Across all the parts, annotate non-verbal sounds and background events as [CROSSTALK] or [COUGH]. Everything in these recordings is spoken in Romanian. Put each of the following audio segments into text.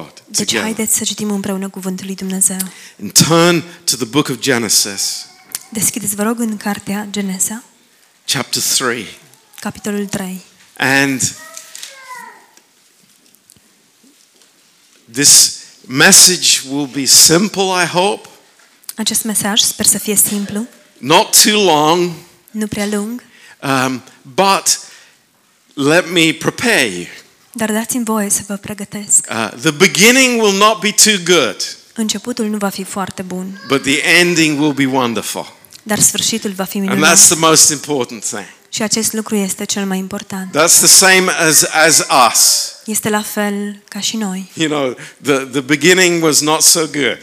God Deci together. haideți să citim împreună cuvântul lui Dumnezeu. And turn to the book of Genesis, Deschideți, vă rog, în cartea Genesa, chapter 3. capitolul 3. And this message will be simple, I hope, Acest mesaj sper să fie simplu, not too long, nu prea lung, um, but let me prepare you. dar dați-mi voie să vă pregătesc. Uh, the beginning will not be too good, Începutul nu va fi foarte bun, but the ending will be wonderful. dar sfârșitul va fi And minunat. that's the most important thing. Și acest lucru este cel mai important. That's the same as, as us. Este la fel ca și noi. You know, the, the beginning was not so good,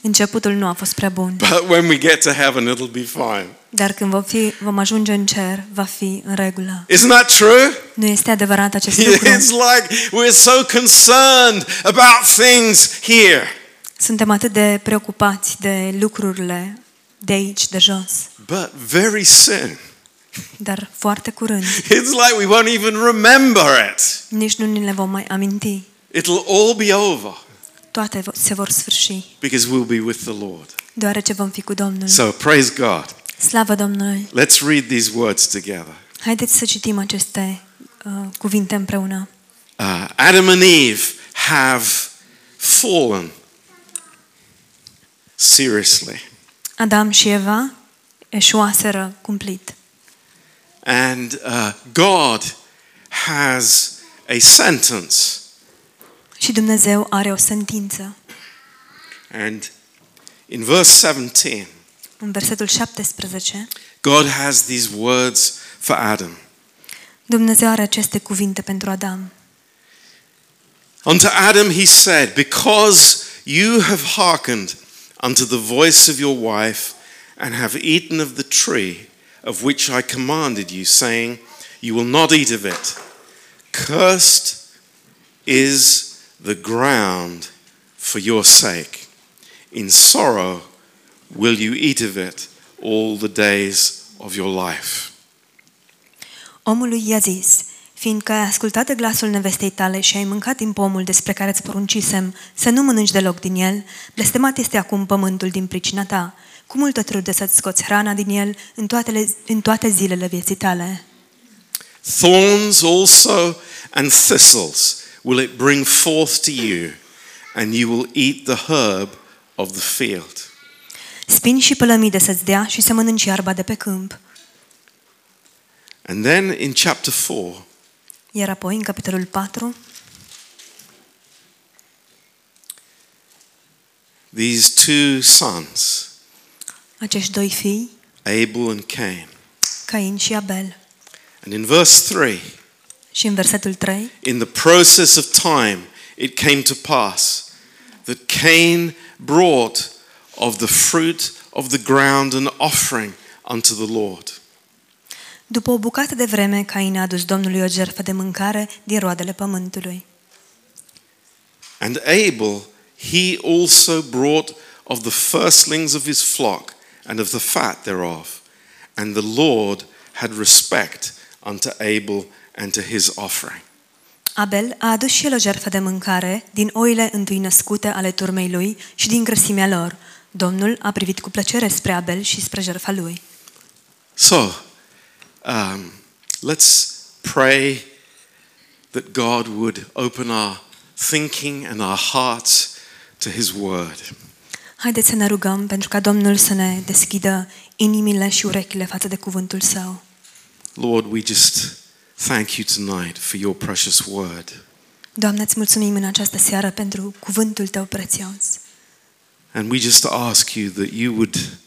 Începutul nu a fost prea bun, but when we get to heaven, it'll be fine. dar când vom, fi, vom ajunge în cer, va fi în regulă. Isn't that true? Nu este adevărat acest lucru? It's like we're so concerned about things here. Suntem atât de preocupați de lucrurile de aici, de jos, But very soon, [LAUGHS] dar foarte curând it's like we won't even remember it. nici nu ni le vom mai aminti. It'll all be over Toate vo- se vor sfârși, because we'll be with the Lord. deoarece vom fi cu Domnul. So praise God. Slavă Domnului! Let's read these words together. Haideți să citim aceste uh, cuvinte împreună. Uh, Adam and Eve have fallen. Seriously. Adam și Eva eșuaseră cumplit. And uh, God has a sentence. Și Dumnezeu are o sentință. And in verse 17, În versetul 17, God has these words for Adam. Dumnezeu are aceste cuvinte pentru Adam. Unto Adam he said, Because you have hearkened unto the voice of your wife, and have eaten of the tree of which I commanded you, saying, You will not eat of it. Cursed is the ground for your sake. In sorrow will you eat of it all the days of your life. Omului i-a zis, fiindcă ai ascultat de glasul nevestei tale și ai mâncat din pomul despre care îți poruncisem să nu mănânci deloc din el, blestemat este acum pământul din pricina ta. Cu multă trude să-ți scoți hrana din el în toate, le- în toate zilele vieții tale. Thorns also and thistles will it bring forth to you, and you will eat the herb of the field. Spini și pălămide să-ți dea și să mănânci iarba de pe câmp. And then in chapter 4, Iar apoi, în capitolul 4, these two sons, acești doi fii, Abel and Cain. Cain și Abel. And in verse 3, Și în versetul 3, in the process of time, it came to pass that Cain brought of the fruit of the ground an offering unto the Lord. după o bucată de vreme, Cain a adus Domnului o jertfă de mâncare din roadele pământului. And Abel, he also brought of the firstlings of his flock and of the fat thereof. And the Lord had respect unto Abel and to his offering. Abel a adus și el o jertfă de mâncare din oile întâi născute ale turmei lui și din grăsimea lor. Domnul a privit cu plăcere spre Abel și spre jertfa lui. So, um, let's pray that God would open our thinking and our hearts to his word. Haideți să ne rugăm pentru ca Domnul să ne deschidă inimile și urechile față de cuvântul său. Lord, we just thank you tonight for your precious word. Doamne, îți mulțumim în această seară pentru cuvântul tău prețios. And we just ask you that you would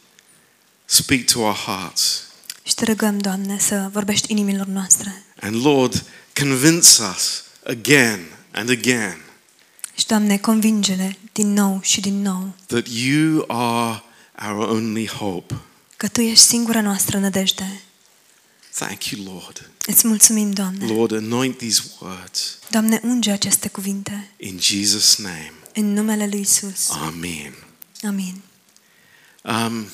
speak to our hearts. Și te rugăm, Doamne, să vorbești inimilor noastre. And Lord, convince us again and again Și, Doamne, convinge-le din nou și din nou that you are our only hope. că Tu ești singura noastră nădejde. Thank you, Lord. Îți mulțumim, Doamne. Lord, anoint these words Doamne, unge aceste cuvinte. in Jesus' name. În numele lui Isus. Amen. Amin. Um,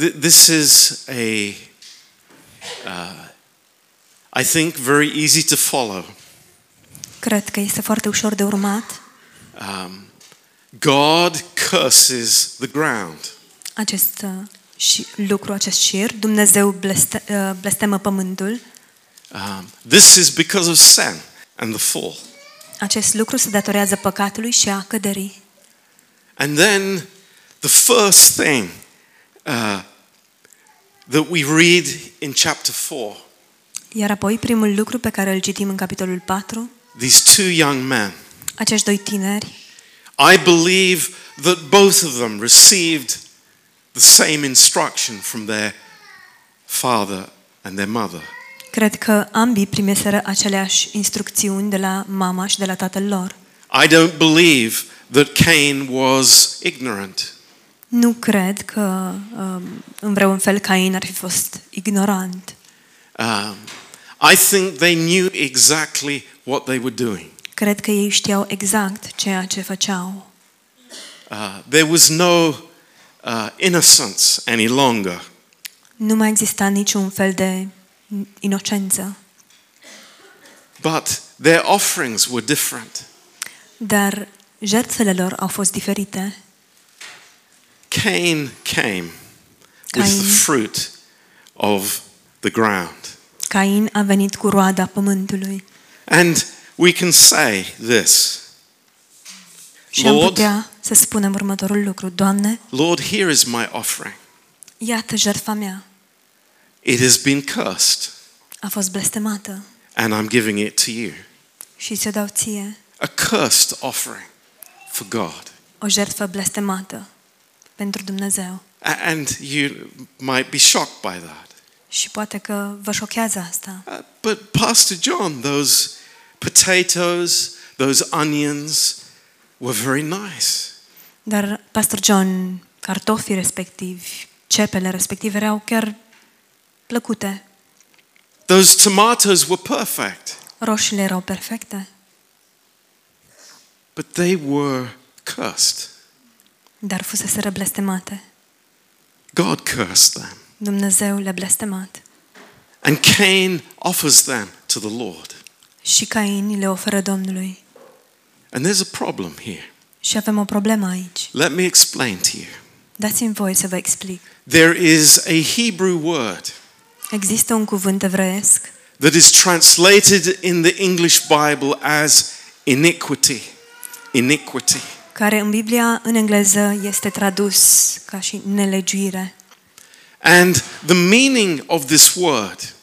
th- this is a, uh, I think, very easy to follow. Cred că este foarte ușor de urmat. Um, God curses the ground. Acest uh, și lucru, acest șir, Dumnezeu bleste, uh, blestemă pământul. Um, this is because of sin and the fall. Acest lucru se datorează păcatului și a căderii. And then the first thing uh, that we read in chapter 4 Iar apoi primul lucru pe care îl citim în capitolul 4, these two young men. acești doi tineri, I believe that both of them received the same instruction from their father and their mother. cred că ambii primeseră aceleași instrucțiuni de la mama și de la tatăl lor. I don't believe that Cain was ignorant. Nu cred că um, în vreun fel Cain ar fi fost ignorant. Um, I think they knew exactly what they were doing. Cred că ei știau exact ceea ce făceau. Uh, there was no uh, innocence any longer. Nu mai exista niciun fel de inocență, But their offerings were different. dar jertfele lor au fost diferite. Cain came with the Cain. fruit of the ground. Cain a venit cu roada pământului And we can say this și am Lord, putea să spunem următorul lucru. Doamne, Lord, here is my offering. iată jertfa mea It has been cursed, a fost blestemată and I'm giving it to you. și ți-o dau ție, A cursed offering for God. o jertfă blestemată pentru Dumnezeu. A- And you might be shocked by that. Și poate că vă șochează asta. Uh, But Pastor John, those potatoes, those onions were very nice. Dar, Pastor John, cartofii respectivi, cepele respective erau chiar plăcute. Those tomatoes were perfect, Roșiile erau perfecte, but they were cursed. dar fuseseră blestemate. God cursed them. Dumnezeu le-a blestemat. And Cain offers them to the Lord. Și Cain le oferă Domnului. And there's a problem here. Și avem o problemă aici. Let me explain to you. Dați-mi voie să vă explic. There is a Hebrew word Există un cuvânt evreiesc that is translated in the English Bible as iniquity. Iniquity. care în Biblia în engleză este tradus ca și nelegiuire. And the meaning of this word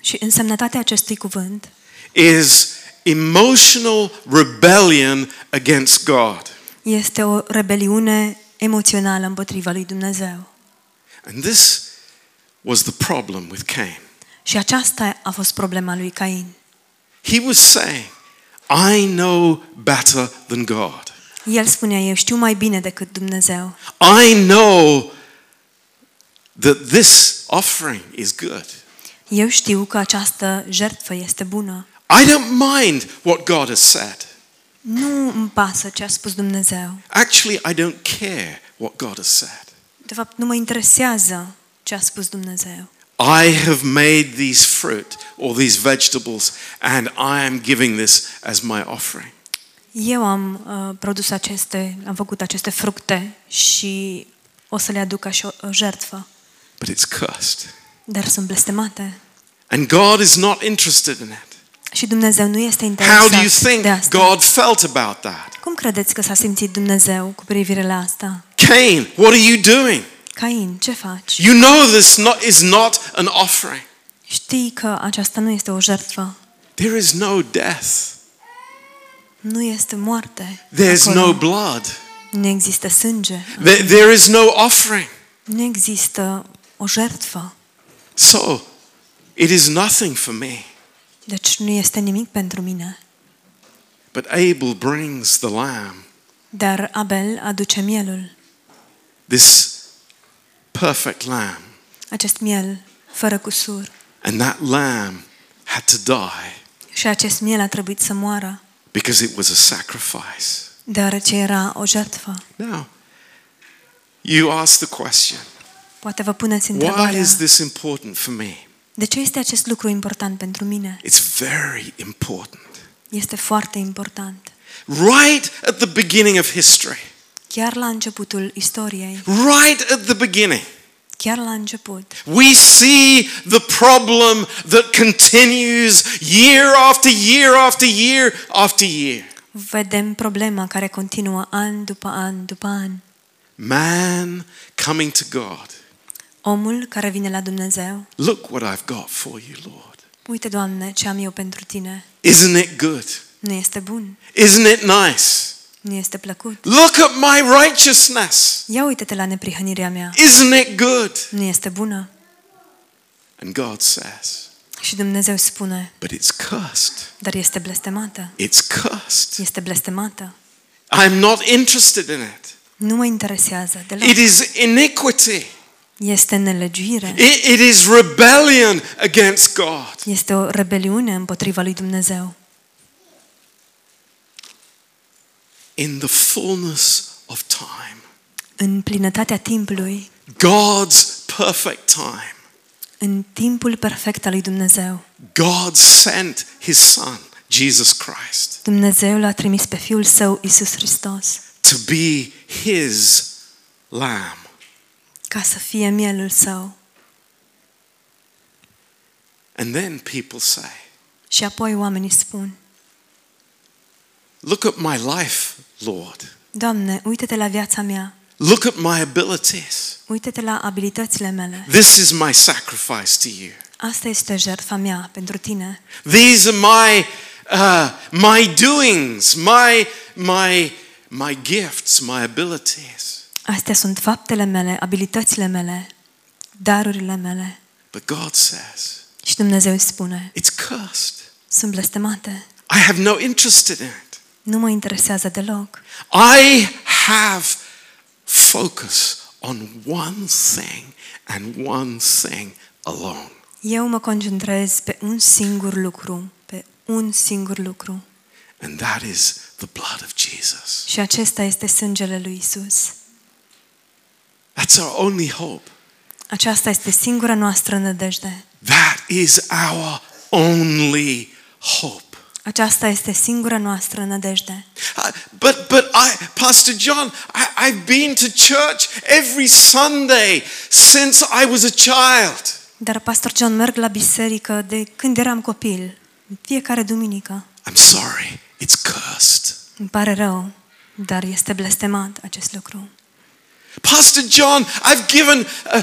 Și însemnătatea acestui cuvânt is emotional rebellion against God. este o rebeliune emoțională împotriva lui Dumnezeu. And this was the problem with Cain. Și aceasta a fost problema lui Cain. He was saying, I know better than God. El spunea, eu știu mai bine decât Dumnezeu. I know that this offering is good. Eu știu că această jertfă este bună. I don't mind what God has said. Nu îmi pasă ce a spus Dumnezeu. Actually, I don't care what God has said. De fapt, nu mă interesează ce a spus Dumnezeu. I have made these fruit or these vegetables, and I am giving this as my offering. Eu am uh, produs aceste, am făcut aceste fructe și o să le aduc ca și o, o jertfă. But it's cursed. Dar sunt blestemate. And God is not interested in it. Și Dumnezeu nu este How interesat do you think de asta. God felt about that? Cum credeți că s-a simțit Dumnezeu cu privire la asta? Cain, what are you doing? Cain, ce faci? You know this not, is not an offering. Știi că aceasta nu este o jertfă, There is no death. nu este moarte. There's acolo. no blood. Nu există sânge, There, there is no offering. nu există o jertfă. So it is nothing for me. Deci nu este nimic pentru mine. But Abel brings the lamb, Dar Abel aduce mielul, this perfect lamb. acest miel fără cusur. And that lamb had to die Și acest miel a trebuit să moară, because it was a sacrifice. deoarece era o jertfă. Now, you ask the question Poate vă puneți why întrebarea, is this important for me? de ce este acest lucru important pentru mine? It's very important. este foarte important. Right at the beginning of history, Chiar la începutul istoriei, right at the beginning, chiar la început, we see the problem that continues year after year after year after year. vedem problema care continuă an după an după an. Man coming to God. Omul care vine la Dumnezeu, Look what I've got for you, Lord. uite, Doamne, ce am eu pentru Tine. Isn't it good? Nu este bun, Isn't it nice? nu este plăcut. Look at my righteousness. Ia uite-te la neprihănirea mea, Isn't it good? nu este bună. And God says, Și Dumnezeu spune, But it's cursed. dar este blestemată, It's cursed. este blestemată. I'm not interested in it. Nu mă interesează deloc. It is iniquity. Este nelegiuire. It- it is rebellion against God. Este o rebeliune împotriva lui Dumnezeu. In the fullness of time, În plinătatea timpului, God's perfect time, în timpul perfect al lui Dumnezeu, God sent his son, Jesus Christ, Dumnezeu l-a trimis pe Fiul Său, Isus Hristos, to be his lamb. ca să fie mielul Său. And then people say, Și apoi oamenii spun, Look at my life, Lord. Doamne, uite-te la viața mea, Look at my abilities. uite-te la abilitățile mele. This is my sacrifice to you. Asta este jertfa mea pentru tine. These are my uh, my doings, my my my gifts, my abilities. Astea sunt faptele mele, abilitățile mele, darurile mele. But God says Și Dumnezeu îi spune, it's cursed. sunt blestemate, I have no interest in it. nu mă interesează deloc. I have focus on one thing and one thing alone. Eu mă concentrez pe un singur lucru, pe un singur lucru. And that is the blood of Jesus. Și acesta este sângele lui Isus. That's our only hope. Aceasta este singura noastră nădejde. That is our only hope. Aceasta este singura noastră nădejde. Uh, but but I, Pastor John, I, I've been to church every Sunday since I was a child. Dar, pastor John, merg la biserică de când eram copil, în fiecare duminică. I'm sorry, it's cursed. Îmi pare rău, dar este blestemat acest lucru. Pastor John, I've given uh,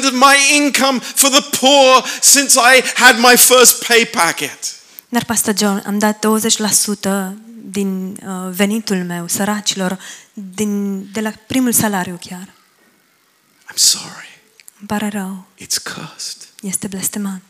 20% of my income for the poor since I had my first pay packet. Dar, pastor John, am dat 20% din uh, venitul meu, săracilor, din, de la primul salariu chiar. I'm sorry, Îmi pare rău, it's cursed. este blestemat.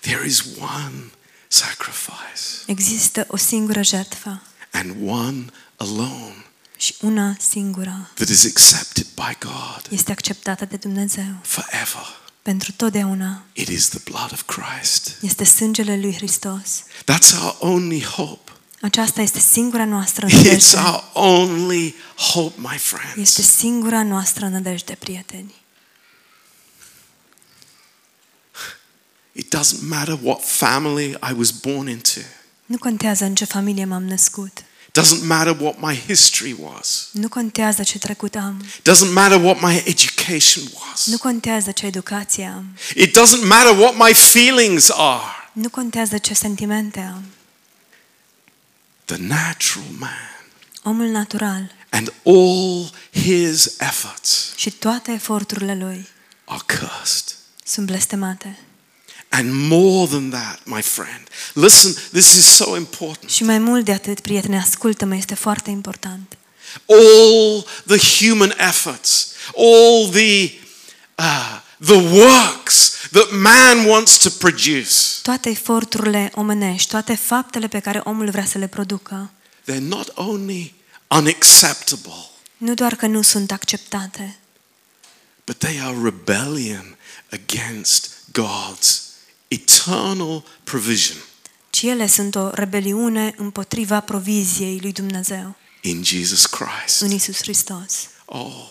There is one sacrifice Există o singură jertfă and one alone și una singură that is accepted by God este acceptată de Dumnezeu forever. pentru totdeauna. It is the blood of Christ. Este sângele lui Hristos. That's our only hope. Aceasta este singura [LAUGHS] noastră It's nădejde. our only hope, my Este friends. singura noastră nădejde, prieteni. It doesn't matter what family I was born into. It Nu contează în ce familie m-am născut. doesn't matter what my history was. Nu contează ce trecut am. It doesn't matter what my education Nu was. contează ce educație am. It doesn't matter what my feelings are. Nu contează ce sentimente am. The natural man Omul natural and all his efforts și toate eforturile lui are cursed. sunt blestemate. And more than that, my friend, listen, this is so important. Și mai mult de atât, prieteni, ascultă-mă, este foarte important. all the human efforts, all the uh, the works that man wants to produce, Toate eforturile omenești, toate faptele pe care omul vrea să le producă, they're not only unacceptable, nu doar că nu sunt acceptate, but they are rebellion against God's eternal provision ci ele sunt o rebeliune împotriva proviziei lui Dumnezeu in Jesus în Christ. Isus Hristos. Oh,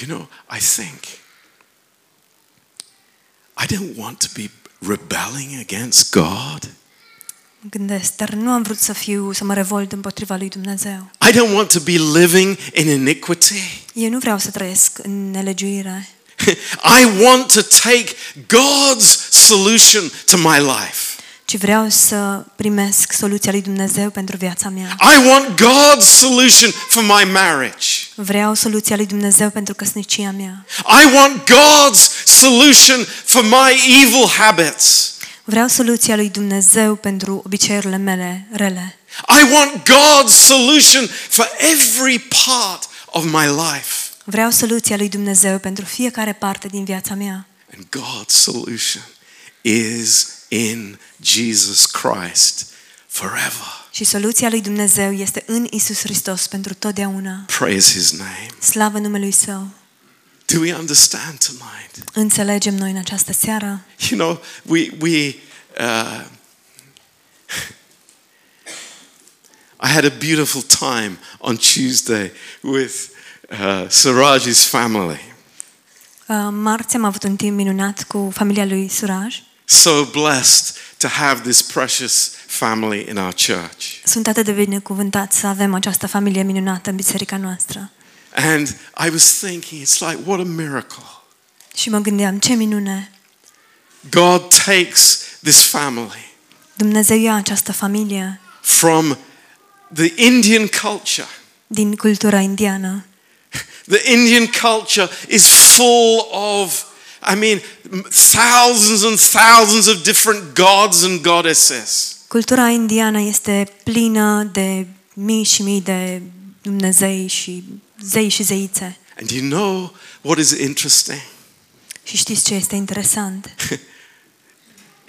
you know, I think I don't want to be rebelling against God. Mă gândesc, dar nu am vrut să fiu, să mă revolt împotriva lui Dumnezeu. I don't want to be living in iniquity. Eu nu vreau să trăiesc în nelegiuire. [LAUGHS] I want to take God's solution to my life. ci vreau să primesc soluția lui Dumnezeu pentru viața mea. I want God's solution for my marriage. Vreau soluția lui Dumnezeu pentru căsnicia mea. I want God's solution for my evil habits. Vreau soluția lui Dumnezeu pentru obiceiurile mele rele. I want God's solution for every part of my life. Vreau soluția lui Dumnezeu pentru fiecare parte din viața mea. And God's solution is in Jesus Christ forever. Și soluția lui Dumnezeu este în Isus Hristos pentru totdeauna. Praise his name. Slavă numelui Său! Do we understand tonight? Înțelegem noi în această seară. [LAUGHS] You know, we, we uh, [LAUGHS] I had a beautiful time on Tuesday with uh, Siraj's family. Uh, Marți am avut un timp minunat cu familia lui Suraj. So blessed to have this precious family in our church. Sunt atât de binecuvântat să avem această familie minunată în biserica noastră. And I was thinking, it's like, what a miracle. Și mă gândeam, ce minune! God takes this family Dumnezeu ia această familie from the Indian culture. din cultura indiană. [LAUGHS] The Indian culture is full of, I mean, thousands and thousands of different gods and goddesses. Cultura indiană este plină de mii și mii de Dumnezei și zei și zeițe. And you know what is interesting? Și știți ce este interesant?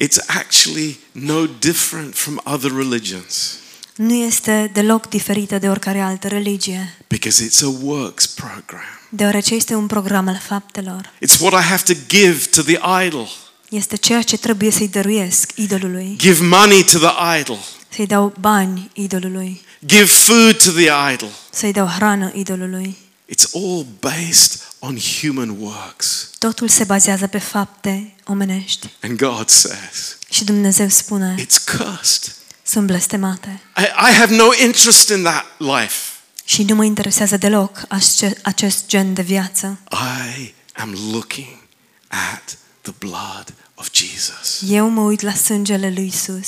It's actually no different from other religions Nu este deloc diferită de oricare altă religie, because it's a works program. deoarece este un program al faptelor. It's what I have to give to the idol, Este ceea ce trebuie să-i dăruiesc idolului, give money to the idol, să-i dau bani idolului, give food to the idol. să-i dau hrană idolului. It's all based on human works. Totul se bazează pe fapte omenești. And God says, Și Dumnezeu spune, it's cursed. sunt blestemate. I, I have no interest in that life. Și nu mă interesează deloc asce- acest gen de viață. I am looking at the blood of Jesus. Eu mă uit la sângele lui Isus.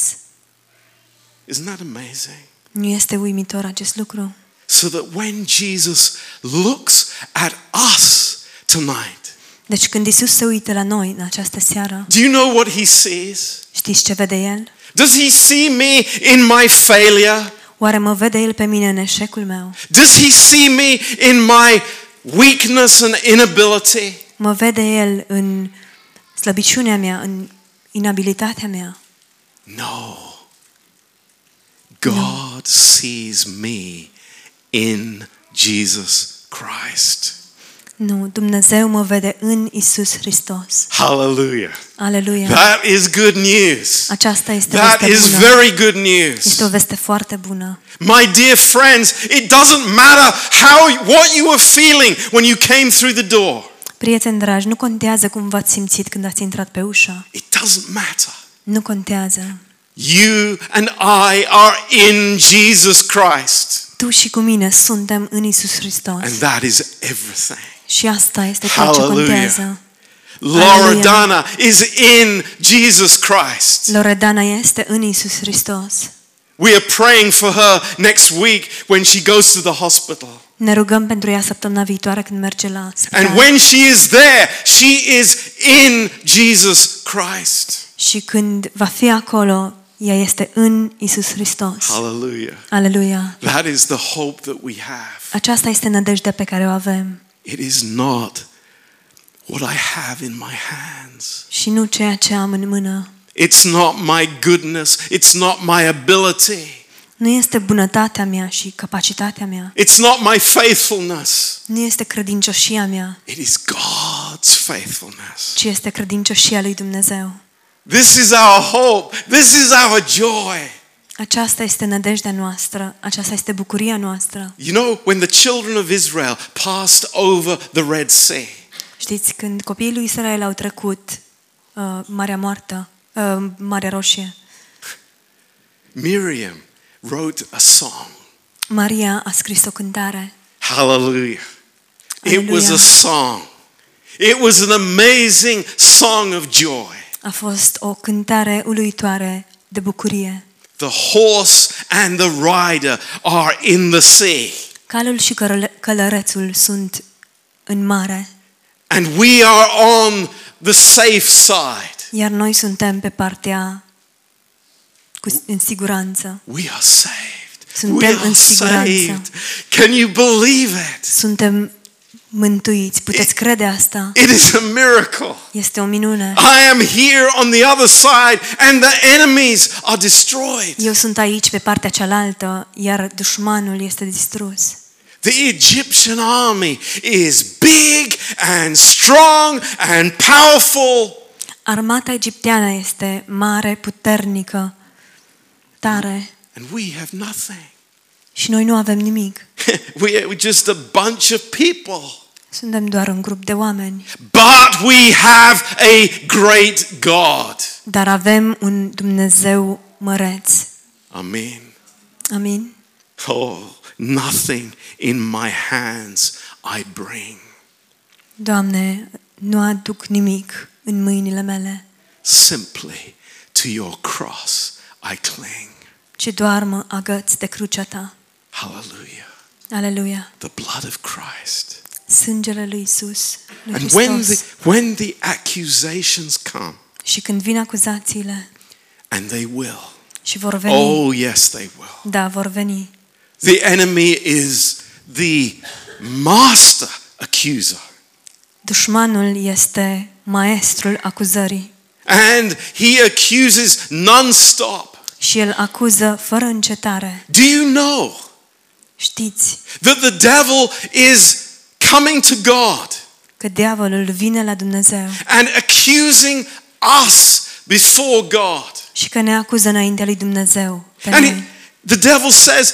Isn't that amazing? Nu este uimitor acest lucru? So that when Jesus looks at us tonight, Deci când Isus se uită la noi în această seară, do you know what he sees? știți ce vede El? Does he see me in my failure? Oare mă vede El pe mine în eșecul meu? Does he see me in my weakness and inability? Mă vede El în slăbiciunea mea, în inabilitatea mea? No. God sees me in Jesus Christ. Nu, Dumnezeu mă vede în Isus Hristos. Hallelujah. Aleluia! That is good news. Aceasta este That veste is bună. very good Este o news. veste foarte bună. My dear friends, it doesn't matter how what you were feeling when you came through the door. Prieteni dragi, nu contează cum v-ați simțit când ați intrat pe ușă. It doesn't matter. Nu contează. You and I are in Jesus Christ. Tu și cu mine suntem în Isus Hristos. And that is everything. Și asta este tot ce Hallelujah. contează. Laura Hallelujah. Dana is in Jesus Christ. Loredana este în Isus Hristos. We are praying for her next week when she goes to the hospital. Ne rugăm pentru ea săptămâna viitoare când merge la And spital. when she is there, she is in Jesus Christ. Și când va fi acolo, ea este în Isus Hristos. Hallelujah. Aleluia! That is the hope that we have. Aceasta este nădejdea pe care o avem. It is not what I have in my hands. Și nu ceea ce am în mână. It's not my goodness. It's not my ability. Nu este bunătatea mea și capacitatea mea. It's not my faithfulness. Nu este credincioșia mea, It is God's faithfulness. ci este credincioșia lui Dumnezeu. This is our hope. This is our joy. Aceasta este nădejdea noastră, aceasta este bucuria noastră. You know, when the children of Israel passed over the Red Sea, Știți, când copiii lui Israel au trecut uh, Marea Moartă, uh, Marea Roșie, Miriam wrote a song. Maria a scris o cântare. Hallelujah. It was Hallelujah. a song. It was an amazing song of joy. A fost o cântare uluitoare de bucurie. The horse and the rider are in the sea, Calul și cărăle- călărețul sunt în mare, and we are on the safe side. iar noi suntem pe partea cu, în siguranță. We are saved. Suntem we în are siguranță. saved. Can you believe it? Suntem mântuiți. Puteți crede asta? It is a miracle. Este o minune. I am here on the other side, and the enemies are destroyed. Eu sunt aici pe partea cealaltă, iar dușmanul este distrus. The Egyptian army is big and strong and powerful, Armata egipteană este mare, puternică, tare and we have nothing. [LAUGHS] și noi nu avem nimic. we are just a bunch of people. Suntem doar un grup de oameni, But we have a great God. dar avem un Dumnezeu măreț. Amen. Amin? Oh, nothing in my hands I bring. Doamne, nu aduc nimic în mâinile mele, Simply to your cross I cling. ci doar mă agăț de crucea Ta. Hallelujah. Aleluia! The blood of Christ. Sângele lui Isus, lui And when Hristos. the, when the accusations come, Și când vin acuzațiile and they will, și vor veni, oh, yes, they will. da, vor veni, The enemy is the master accuser, Dușmanul este maestrul acuzării and he accuses nonstop. și el acuză fără încetare. Do you know Știți that the devil is coming to God? că diavolul vine la Dumnezeu and accusing us before God. și că ne acuză înaintea lui Dumnezeu. Pe And noi. he- the devil says,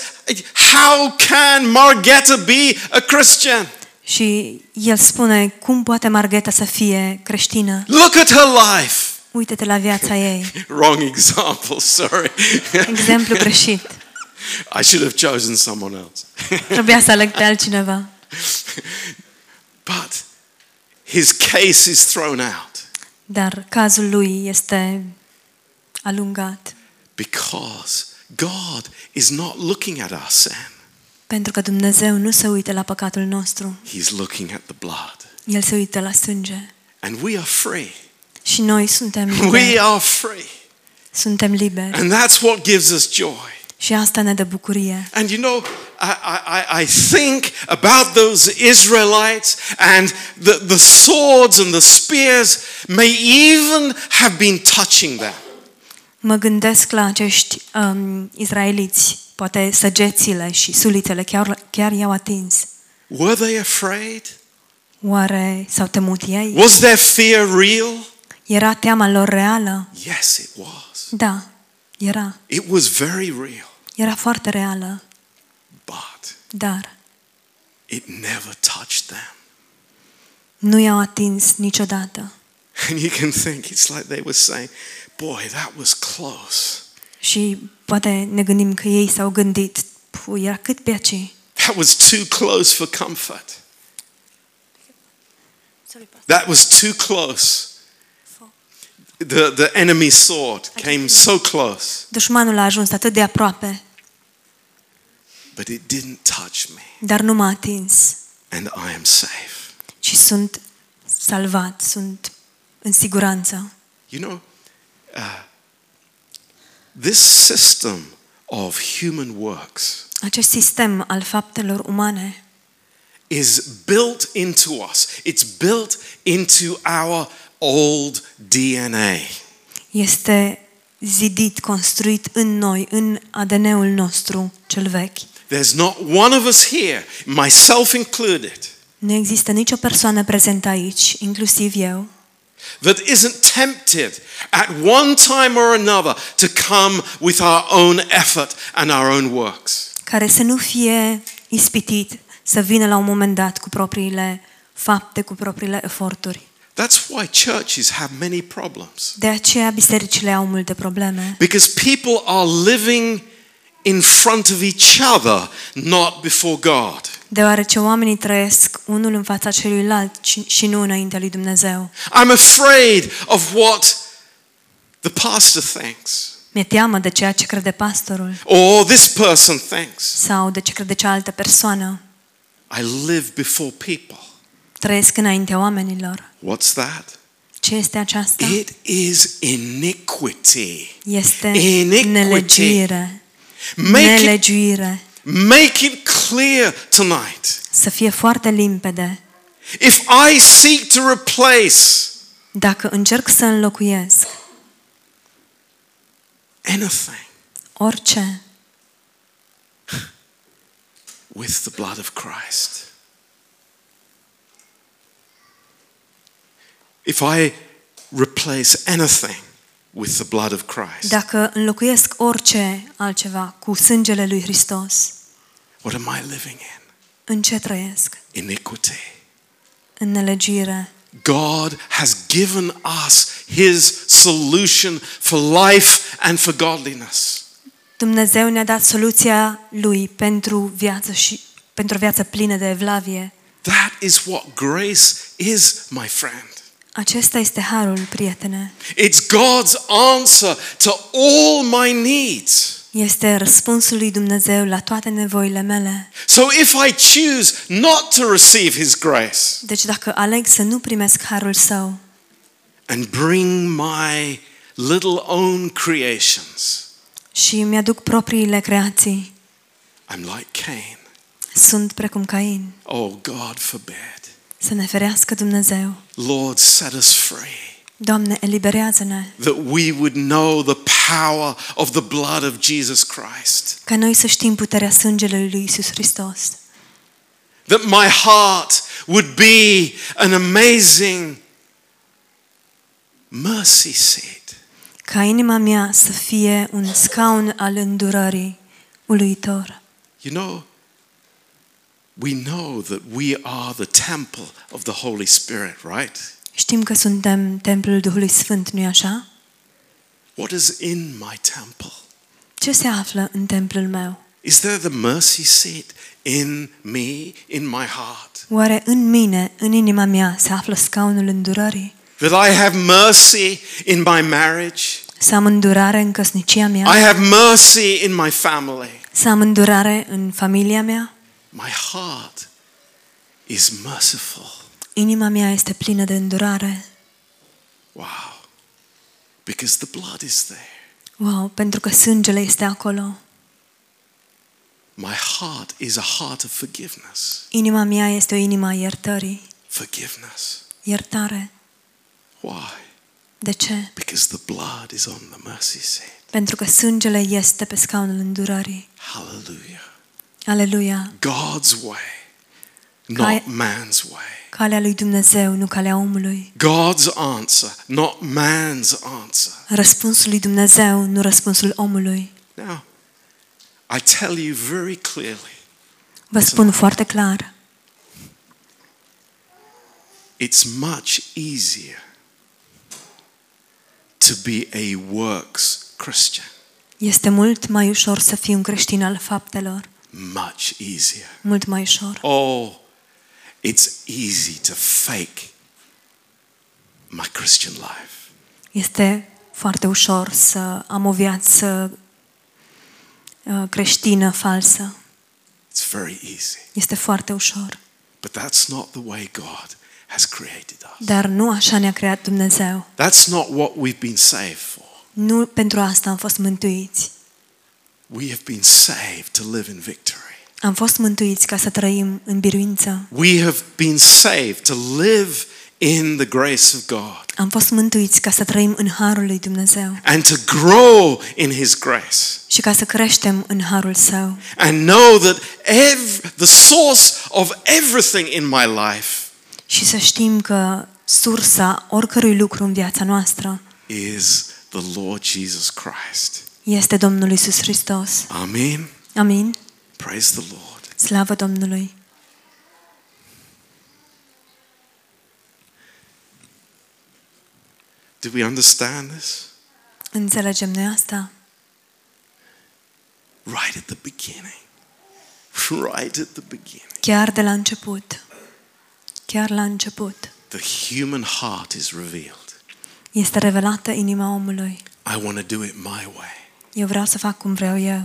How can Margetta be a Christian? Și el spune, cum poate Margheta să fie creștină? Look at her life. Uită-te la viața ei. Wrong example, [LAUGHS] sorry. Exemplu greșit. I should have chosen someone else. [LAUGHS] Trebuia să aleg pe altcineva. but his case is thrown out Dar cazul lui este alungat. because God is not looking at our sin, Pentru că Dumnezeu nu se uită la păcatul nostru. He's looking at the blood. El se uită la sânge. And we are free. Și noi suntem liberi. We are free. Suntem liberi And that's what gives us joy. și asta ne dă bucurie. And you know, I, I, I think about those Israelites and the, the swords and the spears may even have been touching them. Mă gândesc la acești um, izraeliți, poate săgețile și sulițele chiar, chiar i-au atins. Were they afraid? Oare s-au temut ei? Was their fear real? Era teama lor reală? Yes, it was. Da, era. It was very real, Era foarte reală, but dar it never touched them. nu i-au atins niciodată. And you can think, it's like they were saying, boy, that was close. Și poate ne gândim că ei s-au gândit, "Pu, era cât pe aici. That was too close for comfort. That was too close. The, the enemy's sword came so close, Dușmanul a ajuns atât de aproape, but it didn't touch me, dar nu m-a atins. and I am safe. ci sunt salvat, sunt în siguranță. You know, uh, this system of human works Acest sistem al faptelor umane is built into us, it's built into our old DNA. este zidit, construit în noi, în ADN-ul nostru cel vechi. There's not one of us here, myself included, Nu există nicio persoană prezentă aici, inclusiv eu, that isn't tempted at one time or another to come with our own effort and our own works. care să nu fie ispitit să vină la un moment dat cu propriile fapte, cu propriile eforturi. That's why churches have many problems. De aceea bisericile au multe probleme. Because people are living in front of each other, not before God. Deoarece oamenii trăiesc unul în fața celuilalt și- și nu înaintea lui Dumnezeu. I'm afraid of what the pastor thinks, Mi-e teamă de ceea ce crede pastorul or this person thinks. sau de ce crede cealaltă persoană. I live before people. Trăiesc înaintea oamenilor. What's that? Ce este aceasta? It is iniquity. Este Iniquity. nelegiuire. Make it, Nelegiuire. make it clear tonight. Să fie foarte limpede. If I seek to replace Dacă încerc să înlocuiesc anything orice with the blood of Christ, if I replace anything with the blood of Christ, Dacă înlocuiesc orice altceva cu sângele lui Hristos, what am I living in? în ce trăiesc? Iniquity. În nelegire. God has given us his solution for life and for godliness. Dumnezeu ne-a dat soluția lui pentru viață și pentru o viață plină de evlavie. That is what grace is, my friend. Acesta este harul, prietene. It's God's answer to all my needs. Este răspunsul lui Dumnezeu la toate nevoile mele. So if I choose not to receive his grace Deci dacă aleg să nu primesc harul său and bring my little own creations, și mi-aduc propriile creații, I'm like Cain. sunt precum Cain. Oh, God forbid. Să ne ferească Dumnezeu. Lord, set us free. Doamne, eliberează-ne that we would know the power of the blood of Jesus Christ. ca noi să știm puterea sângelui lui Isus Hristos, That my heart would be an amazing mercy seat. ca inima mea să fie un scaun al îndurării uluitor. You know, we know that we are the temple of the Holy Spirit, right? Știm că suntem templul Duhului Sfânt, nu-i așa? What is in my temple? Ce se află în templul meu? Is there the mercy seat in me, in my heart? Oare în mine, în inima mea, se află scaunul îndurării? That I have mercy in my marriage, Să am îndurare în căsnicia I mea? have mercy in my family. Să am îndurare în familia mea? My heart is merciful. Inima mea este plină de îndurare. Wow. Because the blood is there. Wow, pentru că sângele este acolo. My heart is a heart of forgiveness. Inima mea este o inimă a iertării. Forgiveness. Iertare. Why? De ce? Because the blood is on the mercy seat. Pentru că sângele este pe scaunul îndurării. Hallelujah. Aleluia! God's way, Cai- not man's way. Calea lui Dumnezeu, nu calea omului. God's answer, not man's answer. Răspunsul lui Dumnezeu, nu răspunsul omului. Now, I tell you very clearly Vă spun foarte clar, it's much easier to be a works Christian. este mult mai ușor să fii un creștin al faptelor. Much easier. Mult mai ușor. Oh, it's easy to fake my Christian life. Este foarte ușor să am o viață uh, creștină falsă. It's very easy. Este foarte ușor. But that's not the way God has created us. Dar nu așa ne-a creat Dumnezeu. That's not what we've been saved for. Nu pentru asta am fost mântuiți. We have been saved to live in victory. Am fost mântuiți ca să trăim în biruință. We have been saved to live in the grace of God. Am fost mântuiți ca să trăim în harul lui Dumnezeu and to grow in His grace și ca să creștem în harul său and know that ev- the source of everything in my life și să știm că sursa oricărui lucru în viața noastră is the Lord Jesus Christ. este Domnul Isus Hristos. Amen. Amin. Praise the Lord. Slavă Domnului. Do we understand this? Înțelegem noi asta? Right at the beginning. Right at the beginning. Chiar de la început. Chiar la început. The human heart is revealed. Este revelată inima omului. I want to do it my way, Eu vreau să fac cum vreau eu,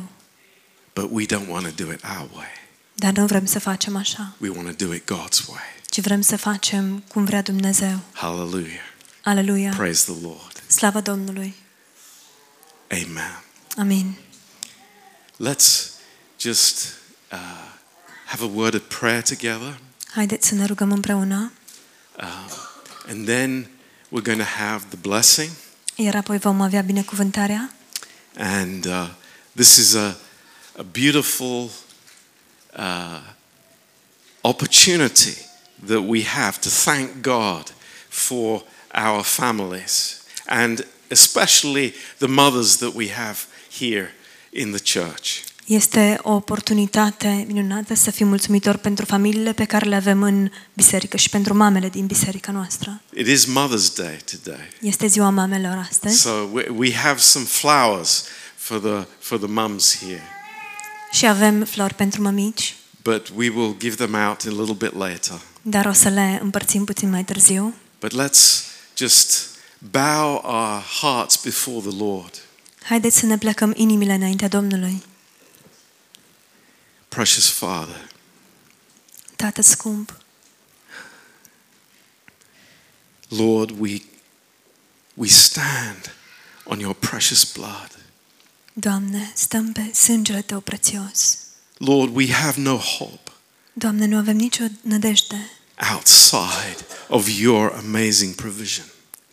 but we don't want to do it our way. dar nu vrem să facem așa, We want to do it God's way. ci vrem să facem cum vrea Dumnezeu. Hallelujah. Aleluia! Praise the Lord. Slavă Domnului! Amen. Amin! Let's just uh, have a word of prayer together, Haideți să ne rugăm împreună, and then we're going to have the blessing. iar apoi vom avea binecuvântarea. And uh, this is a, a beautiful uh, opportunity that we have to thank God for our families and especially the mothers that we have here in the church. Este o oportunitate minunată să fim mulțumitori pentru familiile pe care le avem în biserică și pentru mamele din biserica noastră. It is Mother's Day today, Este ziua mamelor astăzi so we, we have some flowers for the, for the mums here, și avem flori pentru mămici, but we will give them out a little bit later. dar o să le împărțim puțin mai târziu. But let's just bow our hearts before the Lord. Haideți să ne plecăm inimile înaintea Domnului. Precious Father, Tată scump, Lord, we, we stand on your precious blood. Doamne, stăm pe sângele Tău prețios. Lord, we have no hope Doamne, nu avem nicio nădejde outside of your amazing provision.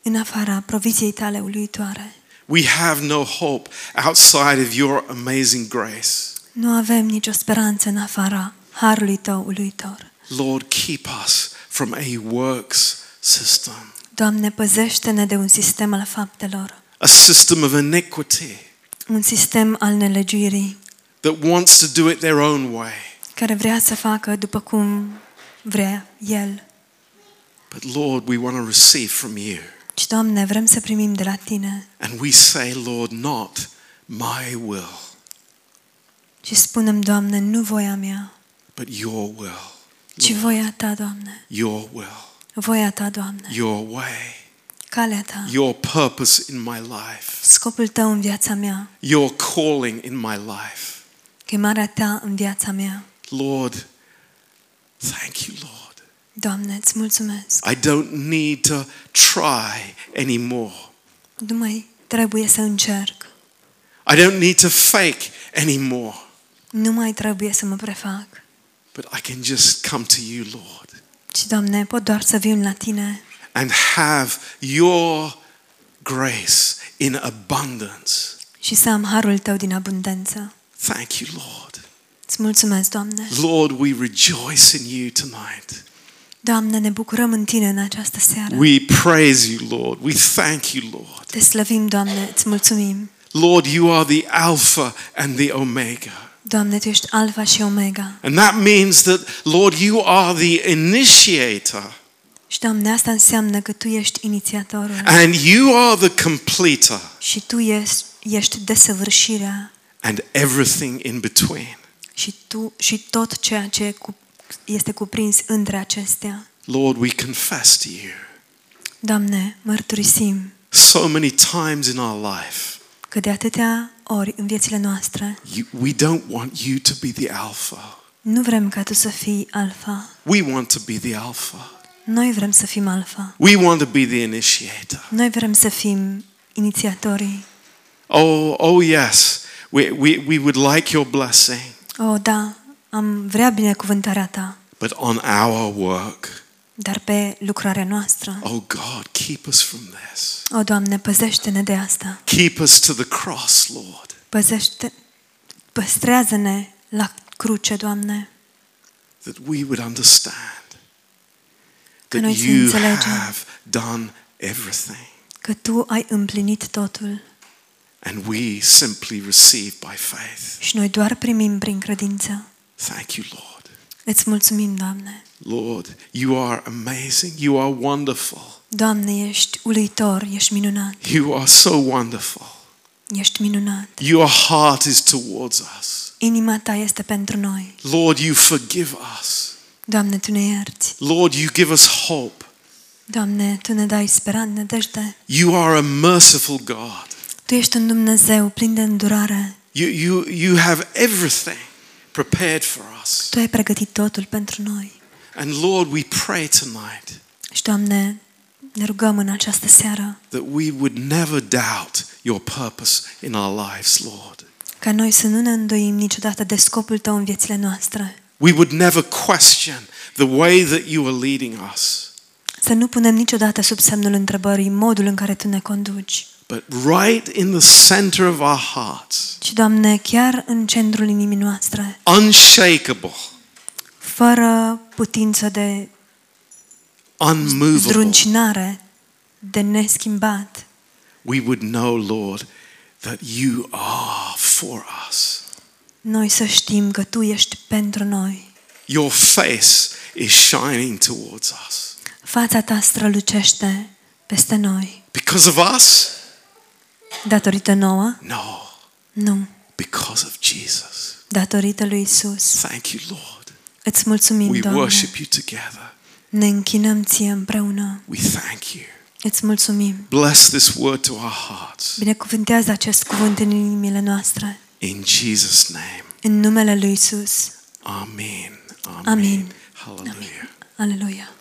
în afara proviziei Tale uluitoare. We have no hope outside of your amazing grace. Nu avem nicio speranță în afara harului Tău uluitor. Lord, keep us from a works system, Doamne, păzește-ne de un sistem al faptelor, a system of iniquity un sistem al nelegiuirii, that wants to do it their own way. care vrea să facă după cum vrea El. But Lord, we want to receive from you. Și, Doamne, vrem să primim de la Tine And we say, Lord, not my will, și spunem, Doamne, nu voia mea, but your will, ci voia Ta, Doamne, your will, voia Ta, Doamne, your way, calea Ta, your purpose in my life, scopul Tău în viața mea, your calling in my life. chemarea Ta în viața mea. Lord, thank you, Lord. Doamne, îți mulțumesc. I don't need to try anymore. Nu mai trebuie să încerc. I don't need to fake anymore. Nu mai trebuie să mă prefac. But I can just come to you, Lord, Și, Doamne, pot doar să vin la Tine and have your grace in abundance. și să am harul Tău din abundență. Thank you, Lord. Îți mulțumesc, Doamne. Lord, we rejoice in you tonight. Doamne, ne bucurăm în Tine în această seară. We praise you, Lord. We thank you, Lord. Te slăvim, Doamne, îți mulțumim. Lord, you are the Alpha and the Omega. Doamne, Tu ești Alfa și Omega. And that means that, Lord, you are the initiator Și, Doamne, asta înseamnă că Tu ești inițiatorul and you are the completer și Tu ești, ești desăvârșirea and everything in between. și, tu, și tot ceea ce cu, este cuprins între acestea. Lord, we confess to you Doamne, mărturisim so many times in our life. că de atâtea ori în viețile noastre You, we don't want you to be the Alpha. nu vrem ca Tu să fii alfa. We want to be the Alpha. Noi vrem să fim alfa. We want to be the initiator. Noi vrem să fim inițiatorii. Oh, oh yes, we, we, we would like your blessing, O, oh, da, am vrea binecuvântarea Ta, but on our work. dar pe lucrarea noastră. Oh God, keep us from this. O, Doamne, păzește-ne de asta. Keep us to the cross, Lord. Păzește, păstrează-ne la cruce, Doamne, that we would understand Că that noi să you înțelegem. have done everything că Tu ai împlinit totul and we simply receive by faith. și noi doar primim prin credință. Thank you, Lord. Îți mulțumim, Doamne. Lord, you are amazing. You are wonderful. Doamne, ești uluitor, ești minunat. You are so wonderful. Ești minunat. Your heart is towards us. Inima ta este pentru noi. Lord, you forgive us. Doamne, tu ne ierți. Lord, you give us hope. Doamne, tu ne dai speranță, nădejde. You are a merciful God. Tu ești un Dumnezeu plin de îndurare. You, you, you have everything prepared for us. Tu ai pregătit totul pentru noi. And Lord, we pray tonight Și, Doamne, ne rugăm în această seară that we would never doubt your purpose in our lives, Lord. ca noi să nu ne îndoim niciodată de scopul Tău în viețile noastre. We would never question the way that you are leading us. Să nu punem niciodată sub semnul întrebării modul în care Tu ne conduci. But right in the center of our hearts, Și, Doamne, chiar în centrul inimii noastre, unshakable, fără putință de unmovable, zdruncinare, de neschimbat, we would know, Lord, that you are for us. noi să știm că Tu ești pentru noi. Your face is shining towards us. Fața Ta strălucește peste noi. Because of us? Datorită nouă? No, Nu. because of Jesus. Datorită lui Isus. Thank you, Lord. Îți mulțumim, We Doamne. worship you together. Ne închinăm ție împreună. We thank you. Îți mulțumim. Bless this word to our hearts. Binecuvântează acest cuvânt în inimile noastre. In Jesus' name. În numele lui Isus. Amen. Amen. Amen. Hallelujah. Aleluia.